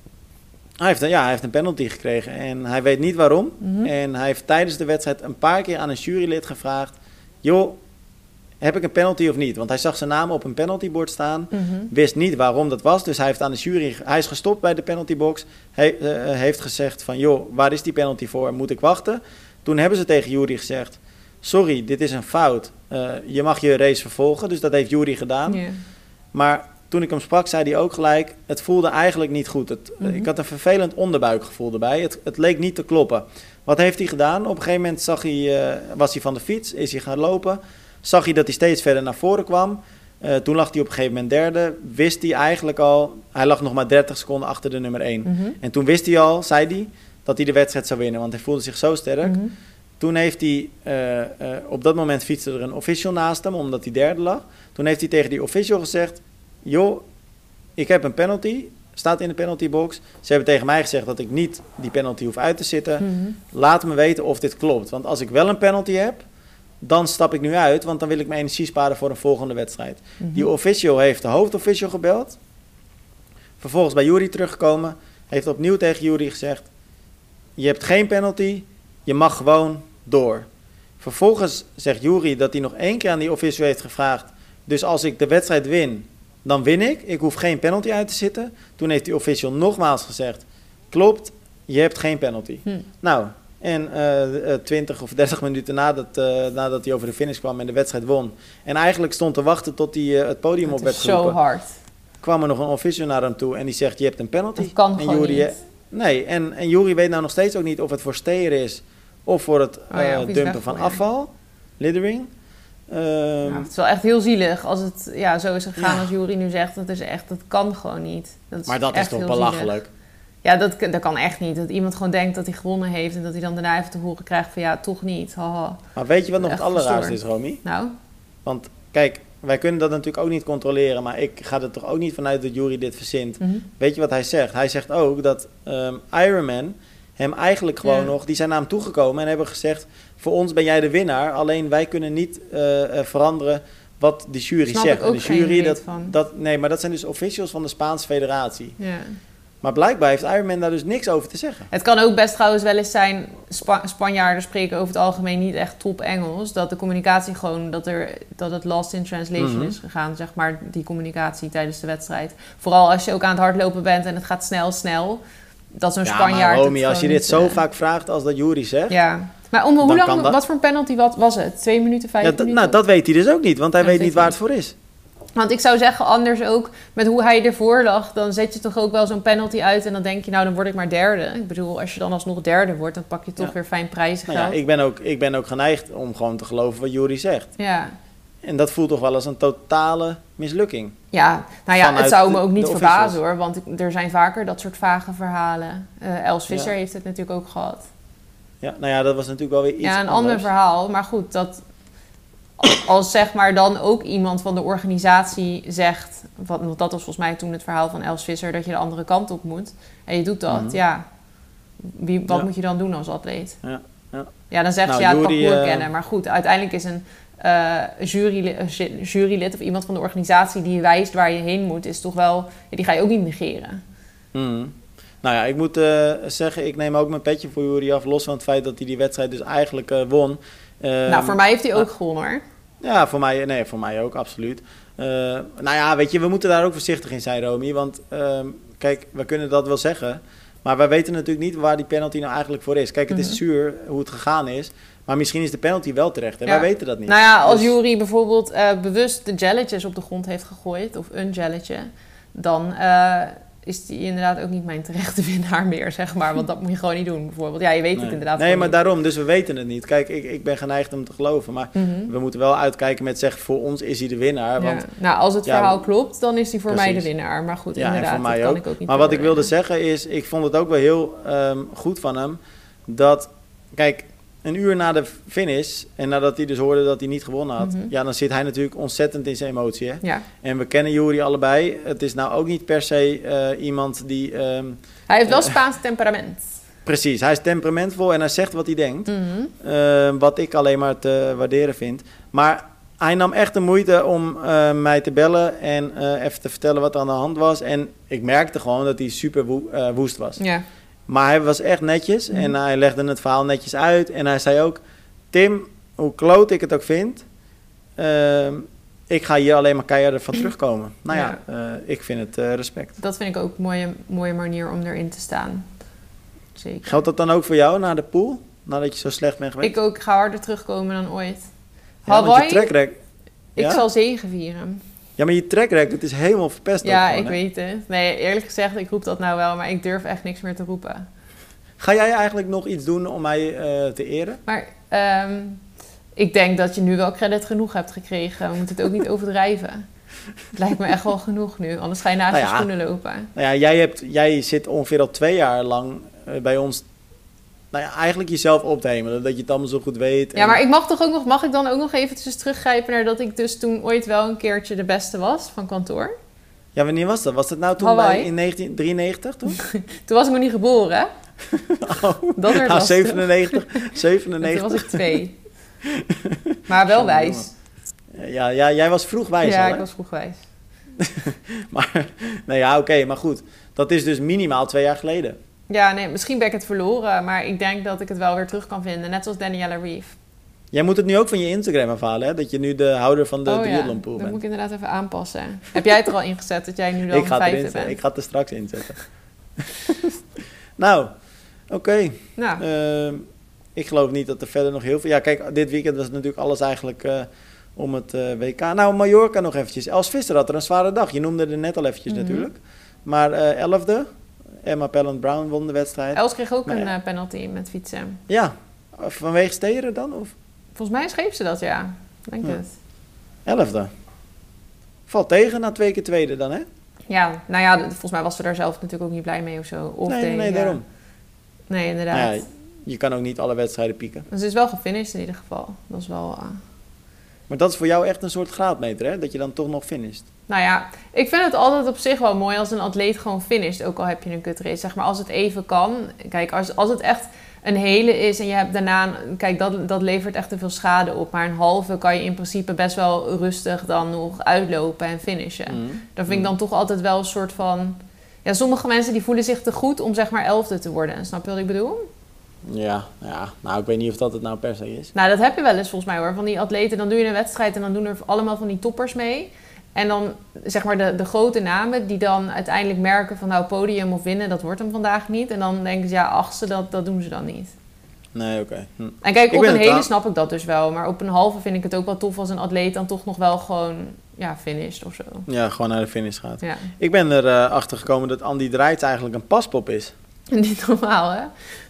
A: hij heeft, een- ja, hij heeft een penalty gekregen en hij weet niet waarom.
B: Mhm.
A: En hij heeft tijdens de wedstrijd een paar keer aan een jurylid gevraagd: joh, heb ik een penalty of niet? Want hij zag zijn naam op een penaltybord staan,
B: Mhm.
A: wist niet waarom dat was. Dus hij heeft aan de jury, hij is gestopt bij de penaltybox. Hij eh, heeft gezegd van joh, waar is die penalty voor? Moet ik wachten? Toen hebben ze tegen Jury gezegd: sorry, dit is een fout. Eh, je mag je race vervolgen. Dus dat heeft Jury gedaan.
B: Ja.
A: Maar toen ik hem sprak, zei hij ook gelijk: het voelde eigenlijk niet goed. Het,
B: Mhm.
A: Ik had een vervelend onderbuikgevoel erbij. Het, het leek niet te kloppen. Wat heeft hij gedaan? Op een gegeven moment zag hij, eh, was hij van de fiets, is hij gaan lopen. Zag hij dat hij steeds verder naar voren kwam. Eh, toen lag hij op een gegeven moment derde. Wist hij eigenlijk al, hij lag nog maar 30 seconden achter de nummer 1.
B: Mhm.
A: En toen wist hij al, zei hij, dat hij de wedstrijd zou winnen. Want hij voelde zich zo sterk.
B: Mhm.
A: Toen heeft hij, eh, eh, op dat moment fietste er een official naast hem, omdat hij derde lag. Toen heeft hij tegen die official gezegd, joh, ik heb een penalty, staat in de penaltybox. Ze hebben tegen mij gezegd dat ik niet die penalty hoef uit te zitten.
B: Mhm.
A: Laat me weten of dit klopt, want als ik wel een penalty heb, dan stap ik nu uit, want dan wil ik mijn energie sparen voor een volgende wedstrijd.
B: Mhm.
A: Die official heeft de hoofdofficial gebeld. Vervolgens bij Jury teruggekomen. Heeft opnieuw tegen Jury gezegd: Je hebt geen penalty. Je mag gewoon door. Vervolgens zegt Jury dat hij nog één keer aan die official heeft gevraagd. Dus als ik de wedstrijd win, dan win ik. Ik hoef geen penalty uit te zitten. Toen heeft die official nogmaals gezegd: Klopt, je hebt geen penalty.
B: Hm.
A: Nou, en eh, eh, 20 of 30 minuten nadat, eh, nadat hij over de finish kwam en de wedstrijd won. En eigenlijk stond te wachten tot hij eh, het podium
B: Dat
A: op werd
B: is zo
A: geroepen.
B: hard.
A: kwam er nog een official naar hem toe en die zegt: Je hebt een penalty.
B: Dat kan
A: en
B: gewoon
A: Jury, eh,
B: niet.
A: Nee, en, en Jury weet nou nog steeds ook niet of het voor steren is of voor het
B: Oh ja,
A: eh,
B: of iets
A: dumpen van
B: weggooien.
A: afval, littering. Ehm,
B: Ja, het is wel echt heel zielig als het ja, zo is gegaan
A: Ja.
B: als Jury nu zegt. Dat is echt, dat kan gewoon niet. Dat is
A: maar dat is
B: echt
A: toch
B: heel zielig.
A: belachelijk?
B: Ja, dat, kan- dat kan echt niet. Dat iemand gewoon denkt dat hij gewonnen heeft en dat hij dan daarna even te horen krijgt van ja, toch niet. Haha.
A: Maar weet je wat nog
B: Echt
A: het allerraarste is,
B: gestoord.
A: Romy?
B: Nou,
A: Want kijk, wij kunnen dat natuurlijk ook niet controleren, maar ik ga er toch ook niet vanuit dat Jury dit verzint.
B: mhm.
A: Weet je wat hij zegt? Hij zegt ook dat ehm Ironman hem eigenlijk gewoon
B: Ja.
A: nog... Die zijn naar hem toegekomen en hebben gezegd... voor ons ben jij de winnaar, alleen wij kunnen niet eh, eh, veranderen wat de jury
B: snap
A: zegt.
B: ik ook
A: de
B: geen
A: jury,
B: reet
A: dat,
B: van.
A: dat, nee, maar dat zijn dus officials van de Spaanse federatie.
B: Ja.
A: Maar blijkbaar heeft Ironman daar dus niks over te zeggen.
B: Het kan ook best trouwens wel eens zijn, Spa- Spanjaarden spreken over het algemeen niet echt top Engels. Dat de communicatie gewoon, dat, er, dat het lost in translation
A: Mhm.
B: is gegaan, zeg maar, die communicatie tijdens de wedstrijd. Vooral als je ook aan het hardlopen bent en het gaat snel, snel. Dat zo'n
A: ja,
B: Spanjaard.
A: maar
B: het
A: Romy, als je
B: gewoon
A: dit
B: niet,
A: zo
B: eh,
A: vaak vraagt als dat Jury zegt...
B: Ja. Maar om, hoe
A: Dan kan
B: lang,
A: dat.
B: wat voor penalty wat, was het? Twee minuten, vijf
A: Ja, dat-
B: minuten?
A: nou, dat weet hij dus ook niet, want hij
B: Ja,
A: weet
B: dat
A: niet
B: weet
A: waar
B: hij
A: het voor is.
B: Want ik zou zeggen, anders ook met hoe hij ervoor lag, dan zet je toch ook wel zo'n penalty uit. En dan denk je, nou, dan word ik maar derde. Ik bedoel, als je dan alsnog derde wordt, dan pak je toch
A: Ja.
B: weer fijn prijzengeld.
A: Nou ja, ik ben, ook, ik ben ook geneigd om gewoon te geloven wat Jury zegt.
B: ja.
A: En dat voelt toch wel als een totale mislukking.
B: Ja, nou ja,
A: Vanuit
B: het zou me
A: de-
B: ook niet
A: de
B: verbazen
A: officials.
B: hoor, want ik- er zijn vaker dat soort vage verhalen. Eh, Els Visser
A: Ja.
B: heeft het natuurlijk ook gehad.
A: Ja, nou ja, dat was natuurlijk wel weer iets
B: ja, een ander verhaal, maar goed, dat als zeg maar dan ook iemand van de organisatie zegt, wat, want dat was volgens mij toen het verhaal van Els Visser, dat je de andere kant op moet en je doet dat,
A: Mhm.
B: ja. Wie, wat
A: Ja.
B: moet je dan doen als atleet?
A: Ja, ja.
B: Ja, dan zegt
A: Nou,
B: ze ja, het
A: Joeri,
B: parcours
A: eh,
B: kennen. Maar goed, uiteindelijk is een eh juryli- eh, ju- jurylid of iemand van de organisatie die je wijst waar je heen moet, is toch wel, ja, die ga je ook niet negeren.
A: Mhm. Nou ja, ik moet eh, zeggen, ik neem ook mijn petje voor Jury af, los van het feit dat hij die wedstrijd dus eigenlijk eh, won.
B: nou,
A: Ehm,
B: voor mij heeft hij
A: nou,
B: ook gewonnen hoor.
A: Ja, voor mij, nee, voor mij ook, absoluut. Eh, nou ja, weet je, we moeten daar ook voorzichtig in zijn, Romy. Want ehm, kijk, we kunnen dat wel zeggen. Maar wij weten natuurlijk niet waar die penalty nou eigenlijk voor is. Kijk, het
B: Mhm.
A: is zuur hoe het gegaan is. Maar misschien is de penalty wel terecht. En
B: Ja.
A: wij weten dat niet.
B: Nou ja, als
A: Dus-
B: Jury bijvoorbeeld eh, bewust de jelletjes op de grond heeft gegooid, of een jelletje, dan eh, is die inderdaad ook niet mijn terechte winnaar meer, zeg maar. Want dat moet je gewoon niet doen, bijvoorbeeld. Ja, je weet het
A: nee.
B: inderdaad.
A: Nee,
B: gewoon
A: maar
B: niet.
A: daarom. Dus we weten het niet. Kijk, ik, ik ben geneigd om te geloven. Maar
B: Mhm.
A: we moeten wel uitkijken met zeggen, voor ons is hij de winnaar. Want
B: Ja. Nou, als het
A: ja,
B: verhaal klopt, dan is die voor mij de
A: precies.
B: winnaar. Maar goed,
A: Ja, en
B: inderdaad,
A: voor mij
B: dat kan
A: ook.
B: ik ook niet
A: Maar wat ik wilde
B: beoordelen.
A: zeggen is, ik vond het ook wel heel ehm, goed van hem. Dat, kijk, een uur na de finish en nadat hij dus hoorde dat hij niet gewonnen had,
B: Mhm.
A: ja, dan zit hij natuurlijk ontzettend in zijn emotie. Hè?
B: Ja.
A: En we kennen Jury allebei. Het is nou ook niet per se eh, iemand die. ehm,
B: Hij heeft wel
A: Eh.
B: Spaans temperament.
A: precies, hij is temperamentvol en hij zegt wat hij denkt.
B: Mhm.
A: Ehm, wat ik alleen maar te waarderen vind. Maar hij nam echt de moeite om eh, mij te bellen en eh, even te vertellen wat er aan de hand was. En ik merkte gewoon dat hij super woe- eh, woest was.
B: Ja. Mhm.
A: Maar hij was echt netjes en hij legde het verhaal netjes uit. En hij zei ook: Tim, hoe kloot ik het ook vind, ehm, ik ga hier alleen maar keihard
B: Mhm.
A: van terugkomen. Nou ja, eh, ik vind het eh, respect.
B: Dat vind ik ook een mooie, mooie manier om erin te staan. Zeker.
A: Geldt dat dan ook voor jou na de pool? Nadat je zo slecht bent geweest?
B: Ik ook ga harder terugkomen dan ooit.
A: ja, want
B: Hawaii,
A: je track rec- ja?
B: ik zal zegen vieren.
A: ja, maar je track rec, dat is helemaal verpest. ook
B: ja,
A: gewoon,
B: ik
A: hè?
B: weet het. Nee, eerlijk gezegd, ik roep dat nou wel, maar ik durf echt niks meer te roepen.
A: Ga jij eigenlijk nog iets doen om mij eh, te eren?
B: Maar ehm, ik denk dat je nu wel credit genoeg hebt gekregen. We moeten het ook niet overdrijven. Het lijkt me echt wel genoeg nu, anders ga je naast
A: Nou
B: je
A: ja.
B: schoenen lopen.
A: Nou ja, jij, hebt, jij zit ongeveer al twee jaar lang eh, bij ons. Nou ja, eigenlijk jezelf op te hemelen. Dat je het allemaal zo goed weet.
B: Ja,
A: en-
B: maar ik mag toch ook nog, mag ik dan ook nog eventjes teruggrijpen naar dat ik dus toen ooit wel een keertje de beste was van kantoor?
A: Ja, wanneer was dat? Was dat nou toen
B: Hawaii?
A: bij, in 1993 toen?
B: Toen was ik nog niet geboren, hè? dat werd
A: Ah,
B: lastig.
A: 97.
B: Toen
A: 97.
B: was ik twee. maar wel
A: Jongen,
B: wijs.
A: Eh, Ja, ja, jij was vroeg wijs
B: ja,
A: al,
B: ik
A: hè?
B: was vroeg wijs.
A: Maar, nou ja, oké, maar goed. Dat is dus minimaal twee jaar geleden.
B: Ja, nee, misschien ben ik het verloren, maar ik denk dat ik het wel weer terug kan vinden. Net zoals Danielle Reeve.
A: Jij moet het nu ook van je Instagram afhalen, hè? Dat je nu de houder van de
B: oh ja,
A: triathlonpool
B: dat
A: bent.
B: moet ik inderdaad even aanpassen. Heb jij het er al ingezet dat jij nu dan
A: ik, ga het erin
B: vijfde
A: zetten.
B: bent?
A: ik ga het er straks in zetten. nou, oké.
B: Nou,
A: Ehm, ik geloof niet dat er verder nog heel veel... Ja, kijk, dit weekend was natuurlijk alles eigenlijk eh, om het eh, WK. Nou, Mallorca nog eventjes. Els Visser had er een zware dag. Je noemde er net al eventjes
B: Mhm.
A: natuurlijk. Maar eh elfde, Emma Pelland-Brown won de wedstrijd.
B: Els kreeg ook
A: Maar
B: een
A: ja.
B: eh, penalty met fietsen.
A: ja, vanwege steren dan? Of
B: Volgens mij schreef ze dat, ja. Denk
A: Ja.
B: het.
A: elfde? Valt tegen na twee keer tweede dan, hè?
B: Ja, nou ja, d- volgens mij was ze daar zelf natuurlijk ook niet blij mee of zo. Of
A: nee, nee,
B: denk,
A: nee,
B: ja.
A: daarom.
B: Nee, inderdaad.
A: Nou ja, je kan ook niet alle wedstrijden pieken.
B: Dus het is wel gefinished in ieder geval. Dat is wel... eh,
A: Maar dat is voor jou echt een soort graadmeter, hè? Dat je dan toch nog finisht.
B: Nou ja, ik vind het altijd op zich wel mooi als een atleet gewoon finisht. Ook al heb je een kutrace. Zeg maar als het even kan. Kijk, als, als het echt een hele is en je hebt daarna... een- kijk, dat, dat levert echt te veel schade op. Maar een halve kan je in principe best wel rustig dan nog uitlopen en finishen.
A: Mhm.
B: Dat vind ik dan toch altijd wel een soort van... Ja, sommige mensen die voelen zich te goed om zeg maar elfde te worden. Snap je wat ik bedoel?
A: Ja, ja, nou, ik weet niet of dat het nou per se is.
B: Nou, dat heb je wel eens volgens mij hoor. Van die atleten, dan doe je een wedstrijd en dan doen er allemaal van die toppers mee. En dan zeg maar de, de grote namen die dan uiteindelijk merken van nou podium of winnen, dat wordt hem vandaag niet. En dan denken ze ja, achtste, dat, dat doen ze dan niet.
A: Nee, oké. Hm.
B: En kijk,
A: Ik
B: op
A: ben
B: een
A: het
B: hele
A: aan-
B: snap ik dat dus wel. Maar op een halve vind ik het ook wel tof als een atleet dan toch nog wel gewoon ja, finished of zo.
A: Ja, gewoon naar de finish gaat.
B: Ja,
A: Ik ben er eh, achter gekomen dat Andy Draait eigenlijk een paspop is.
B: niet normaal hè.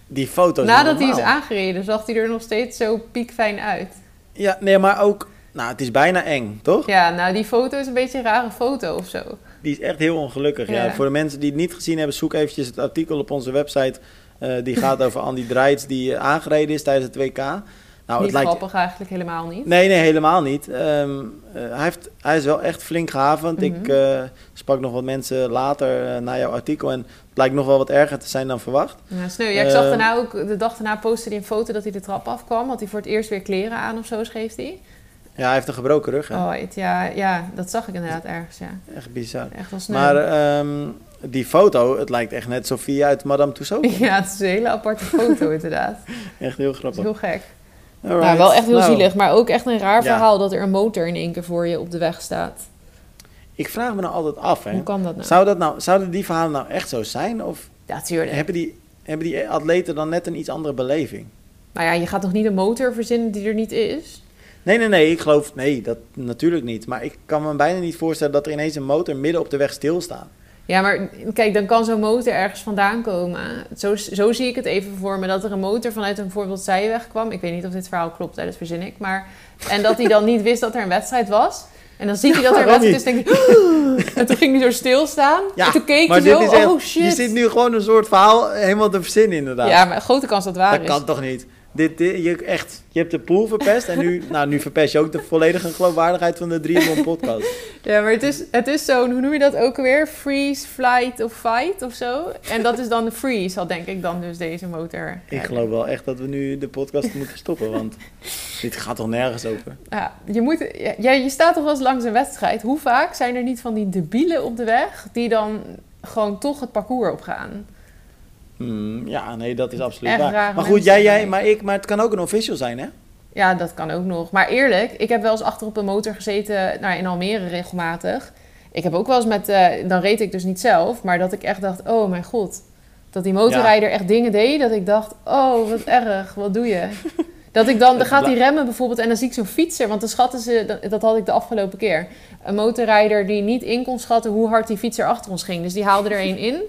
A: Die foto's.
B: Nadat
A: hij
B: hij Nou, is aangereden, zag hij er nog steeds zo piekfijn uit.
A: Ja, nee, maar ook. Nou, het is bijna eng, toch?
B: Ja, nou die foto is een beetje een rare foto of zo.
A: Die is echt heel ongelukkig. Ja.
B: Ja.
A: Voor de mensen die het niet gezien hebben, zoek eventjes het artikel op onze website. eh, die gaat over Andy Draait, die eh, aangereden is tijdens het WK. Nou, het
B: niet
A: lijkt,
B: grappig eigenlijk helemaal niet.
A: Nee, nee, helemaal niet. Ehm, eh, hij, heeft, hij is wel echt flink gehavend. Ik
B: Mhm.
A: eh, sprak nog wat mensen later eh, na jouw artikel en het lijkt nog wel wat erger te zijn dan verwacht.
B: Ja, sneu. Ja, ik zag
A: Eh,
B: daarna ook, de dag daarna postte hij een foto dat hij de trap afkwam. Had hij voor het eerst weer kleren aan of zo, schreef hij.
A: Ja, hij heeft een gebroken rug. hè.
B: Oh, het- ja, ja, dat zag ik inderdaad ergens, ja.
A: Echt bizar.
B: Echt wel sneu.
A: Maar ehm, die foto, het lijkt echt net Sofie uit Madame Tussauds.
B: ja, het is een hele aparte foto inderdaad.
A: Echt heel
B: Dat is
A: grappig.
B: heel gek.
A: Alright.
B: Nou, wel echt heel
A: Nou,
B: zielig, maar ook echt een
A: Ja.
B: raar verhaal dat er een motor in één keer voor je op de weg staat.
A: Ik vraag me nou altijd af, hè.
B: Hoe kan dat nou?
A: Zou dat nou, zouden die verhalen nou echt zo zijn? Of
B: Ja, tuurlijk.
A: hebben die, hebben die atleten dan net een iets andere beleving?
B: Maar ja, je gaat toch niet een motor verzinnen die er niet is?
A: Nee, nee, nee, ik geloof, nee, dat natuurlijk niet. Maar ik kan me bijna niet voorstellen dat er ineens een motor midden op de weg stilstaat.
B: Ja, maar kijk, dan kan zo'n motor ergens vandaan komen. Zo, zo zie ik het even voor me, dat er een motor vanuit een bijvoorbeeld zijweg kwam. Ik weet niet of dit verhaal klopt, hè, dat verzin ik. Maar, en dat hij dan niet wist dat er een wedstrijd was. En dan ziet hij dat er een
A: waarom
B: wedstrijd is, denk ik... En toen ging hij zo stilstaan.
A: Ja,
B: en toen keek
A: maar
B: hij
A: dit
B: zo,
A: is echt,
B: oh shit.
A: je zit nu gewoon een soort verhaal helemaal te verzinnen inderdaad.
B: ja, maar grote kans dat het waar
A: dat
B: is.
A: kan toch niet? Dit, dit- je, echt, je hebt de pool verpest en nu, nou, nu verpest je ook de volledige geloofwaardigheid van de 3 podcast.
B: Ja, maar het is, het is zo'n, hoe noem je dat ook alweer? Freeze, flight of fight of zo. En dat is dan de freeze, had denk ik dan dus deze motor.
A: Ik geloof wel echt dat we nu de podcast moeten stoppen, want dit gaat toch nergens over.
B: Ja, je, moet, ja, ja, je staat toch wel eens langs een wedstrijd. Hoe vaak zijn er niet van die debielen op de weg die dan gewoon toch het parcours opgaan?
A: Hmm, ja, nee, dat is absoluut
B: Echt
A: waar.
B: rare
A: Maar goed,
B: mensen,
A: jij, jij,
B: nee.
A: maar ik, maar het kan ook een official zijn, hè?
B: Ja, dat kan ook nog. Maar eerlijk, ik heb wel eens achter op een motor gezeten nou, in Almere regelmatig. Ik heb ook wel eens met, eh, dan reed ik dus niet zelf, maar dat ik echt dacht, oh mijn god. Dat die motorrijder echt dingen deed, dat ik dacht, oh wat erg, wat doe je? Dat ik dan, dan gaat hij remmen bijvoorbeeld en dan zie ik zo'n fietser, want dan schatten ze, dat, dat had ik de afgelopen keer. Een motorrijder die niet in kon schatten hoe hard die fietser achter ons ging. Dus die haalde er één in.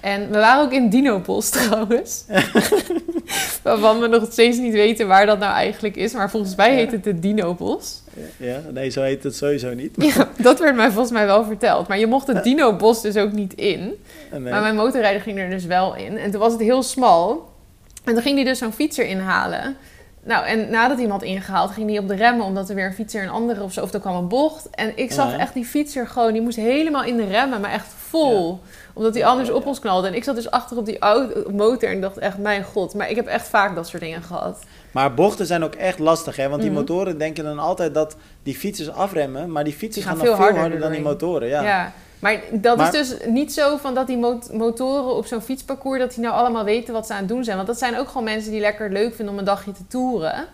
B: En we waren ook in Dinopolis trouwens. Waarvan we nog steeds niet weten waar dat nou eigenlijk is. Maar volgens mij heet het de Dinobos.
A: Ja, nee, zo heet het sowieso niet.
B: Ja, dat werd mij volgens mij wel verteld. Maar je mocht het Dinobos dus ook niet in.
A: Nee.
B: Maar mijn motorrijder ging er dus wel in. En toen was het heel smal. En toen ging hij dus zo'n fietser inhalen. Nou, en nadat iemand ingehaald, ging hij op de remmen omdat er weer een fietser een andere of zo. Of er kwam een bocht. En ik zag
A: Ja.
B: echt die fietser gewoon, die moest helemaal in de remmen, maar echt vol. Omdat hij anders
A: Ja,
B: op
A: ja.
B: ons knalde. En ik zat dus achter op die auto, motor en dacht echt, mijn god. Maar ik heb echt vaak dat soort dingen gehad.
A: Maar bochten zijn ook echt lastig, hè? Want die
B: Mhm.
A: motoren denken dan altijd dat die fietsers afremmen, maar die fietsers
B: Die
A: gaan,
B: gaan
A: dan
B: veel
A: veel harder,
B: harder
A: dan die
B: doorheen.
A: motoren, ja.
B: Ja. Maar dat
A: Maar-
B: is dus niet zo van dat die mo- motoren op zo'n fietsparcours... dat die nou allemaal weten wat ze aan het doen zijn. Want dat zijn ook gewoon mensen die lekker leuk vinden om een dagje te toeren.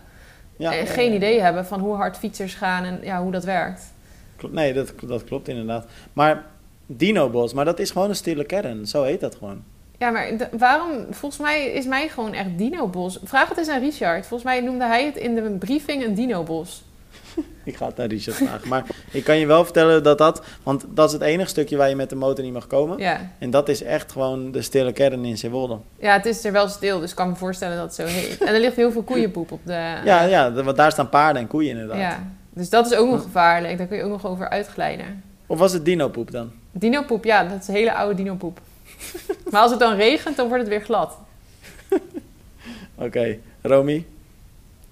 A: Ja,
B: en
A: ja,
B: eh, geen
A: ja.
B: idee hebben van hoe hard fietsers gaan en ja, hoe dat werkt.
A: Kl- Nee, dat, dat klopt inderdaad. Maar Dinobos, maar dat is gewoon een stille kern, zo heet dat gewoon.
B: Ja, maar d- waarom? Volgens mij is mij gewoon echt dinobos. Vraag het eens aan Richard. Volgens mij noemde hij het in de briefing een dinobos.
A: Ik ga het naar Richard vragen. Maar ik kan je wel vertellen dat dat, want dat is het enige stukje waar je met de motor niet mag komen.
B: Ja. Ah.
A: En dat is echt gewoon de stille kern in Zeewolde.
B: ja, het is er wel stil, dus ik kan me voorstellen dat het zo heet. En er ligt heel veel koeienpoep op de...
A: Ja, ja, d- want daar staan paarden en koeien inderdaad.
B: Ja. Dus dat is ook nog gevaarlijk. Daar kun je ook nog over uitglijden.
A: Of was het dinopoep dan?
B: Dinopoep, ja, dat is hele oude dinopoep. maar als het dan regent, dan wordt het weer glad.
A: Oké, Romy,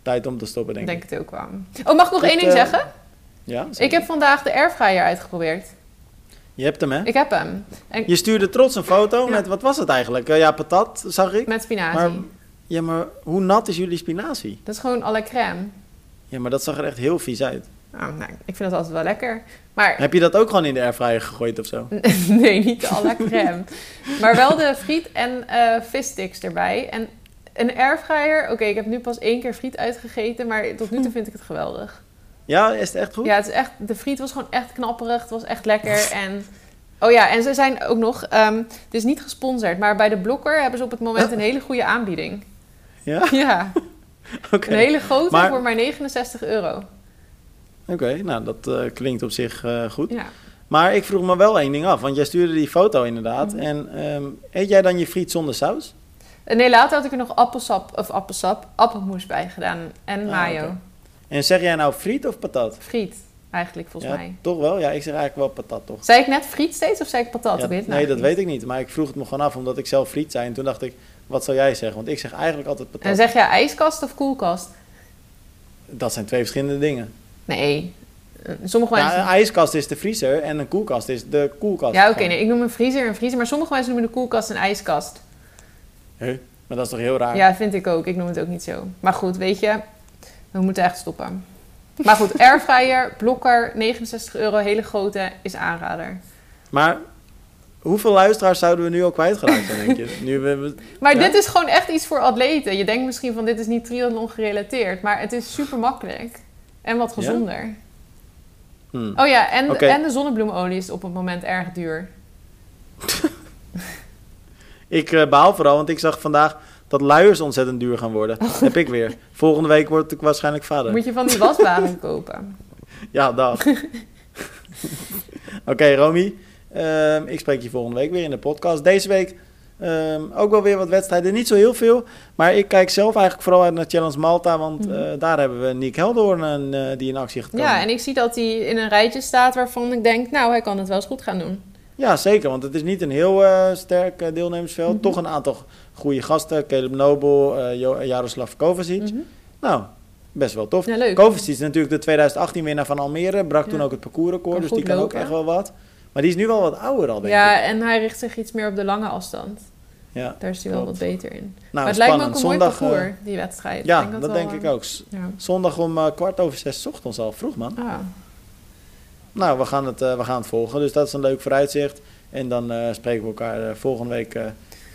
A: tijd om te stoppen denk,
B: Ik denk
A: ik.
B: het ook wel. Oh, mag ik nog
A: Dit,
B: één ding
A: eh,
B: zeggen?
A: Ja,
B: Ik heb vandaag de airfryer uitgeprobeerd.
A: Je hebt hem hè?
B: Ik heb hem. En
A: Je stuurde trots een foto
B: Ja.
A: met, wat was het eigenlijk? Eh, ja, patat zag ik.
B: met spinazie.
A: Maar, ja, maar hoe nat is jullie spinazie?
B: Dat is gewoon à la crème.
A: Ja, maar dat zag er echt heel vies uit.
B: Nou, nou, ik vind dat altijd wel lekker. Maar
A: Heb je dat ook gewoon in de airfryer gegooid of zo?
B: nee, niet de à la crème. maar wel de friet en eh vissticks erbij. En een airfryer, oké, ik heb nu pas één keer friet uitgegeten, maar tot nu toe vind ik het geweldig.
A: Ja, is het echt goed?
B: Ja, het is echt, de friet was gewoon echt knapperig, het was echt lekker en... Oh ja, en ze zijn ook nog, ehm, het is niet gesponsord, maar bij de Blokker hebben ze op het moment een hele goede aanbieding.
A: Ja?
B: Ja,
A: Oké,
B: een hele grote
A: Maar-
B: voor maar 69 euro.
A: Oké, nou dat eh, klinkt op zich eh, goed.
B: Ja.
A: Maar ik vroeg me wel één ding af, want jij stuurde die foto
B: Mhm.
A: inderdaad. En ehm, eet jij dan je friet zonder saus?
B: Eh, Nee, later had ik er nog appelsap, of appelsap, appelmoes bij gedaan. En
A: Ah,
B: mayo.
A: oké. En zeg jij nou friet of patat?
B: Friet, eigenlijk volgens
A: ja,
B: mij.
A: toch wel? Ja, ik zeg eigenlijk wel patat toch?
B: Zei ik net friet steeds of zei ik patat?
A: Ja,
B: ik weet het
A: nee, dat
B: eigenlijk
A: weet ik niet. Maar ik vroeg het me gewoon af, omdat ik zelf friet zei. En toen dacht ik, wat zou jij zeggen? Want ik zeg eigenlijk altijd
B: niet.
A: patat.
B: En zeg jij ijskast of koelkast?
A: dat zijn twee verschillende dingen.
B: Nee. Eh, Sommige
A: Ja,
B: mensen...
A: een
B: Ja,
A: ijskast is de vriezer en een koelkast is de koelkast.
B: oké. nee, ik noem een vriezer een vriezer. Maar sommige mensen noemen de koelkast een ijskast.
A: Huh? Maar dat is toch heel raar?
B: Ja, vind ik ook. Ik noem het ook niet zo. Maar goed, weet je, we moeten echt stoppen. Maar goed, airfryer, blokker, 69 euro, hele grote, is aanrader.
A: Maar hoeveel luisteraars zouden we nu al kwijtgeraakt zijn, denk je? Nu we- we,
B: Maar
A: Ja?
B: dit is gewoon echt iets voor atleten. Je denkt misschien van dit is niet triathlon gerelateerd, maar het is super makkelijk. En wat gezonder.
A: Hmm.
B: Oh ja, en,
A: Oké.
B: en de zonnebloemolie is op het moment erg duur.
A: Ik eh, baal vooral, want ik zag vandaag dat luiers ontzettend duur gaan worden.
B: Oh.
A: Heb ik weer. Volgende week word ik waarschijnlijk vader.
B: Moet je van die wasbaren kopen.
A: Ja, dag. Oké, Romy. Ehm, ik spreek je volgende week weer in de podcast. Deze week ehm, ook wel weer wat wedstrijden. Niet zo heel veel. Maar ik kijk zelf eigenlijk vooral uit naar Challenge Malta. Want
B: Mhm.
A: eh, daar hebben we Nick Heldoorn en, eh, die in actie gaat komen.
B: Ja, en ik zie dat hij in een rijtje staat waarvan ik denk, nou, hij kan het wel eens goed gaan doen.
A: Ja, zeker. Want het is niet een heel eh, sterk eh, deelnemersveld.
B: Mhm.
A: Toch een aantal goede gasten. Caleb Nobel, eh, Jo- Jaroslav Kovacic.
B: Mhm.
A: Nou, best wel tof.
B: Ja, leuk.
A: Kovacic is natuurlijk de 2018 winnaar van Almere. Brak toen
B: Ja.
A: ook het parcoursrecord.
B: Kan
A: Dus
B: goed
A: die kan ook
B: lopen.
A: echt wel wat. Maar die is nu wel wat ouder al, denk ik.
B: Ja, en hij richt zich iets meer op de lange afstand.
A: Ja.
B: Daar is hij wel
A: Klopt.
B: wat beter in.
A: Nou,
B: maar het lijkt me
A: spannend.
B: ook een mooi
A: Zondag,
B: parcours,
A: eh,
B: die wedstrijd.
A: ja,
B: Ik
A: dat,
B: wel,
A: denk
B: eh,
A: ik ook. S-
B: Ja.
A: Zondag om eh, kwart over zes 's ochtends al. Vroeg, man.
B: Ah,
A: Nou, we gaan, het, eh, we gaan het volgen. Dus dat is een leuk vooruitzicht. En dan eh, spreken we elkaar eh, volgende week eh,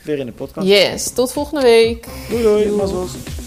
A: weer in de podcast.
B: Yes, tot volgende week.
A: Doei, doei.
B: Doei.
A: Mazels.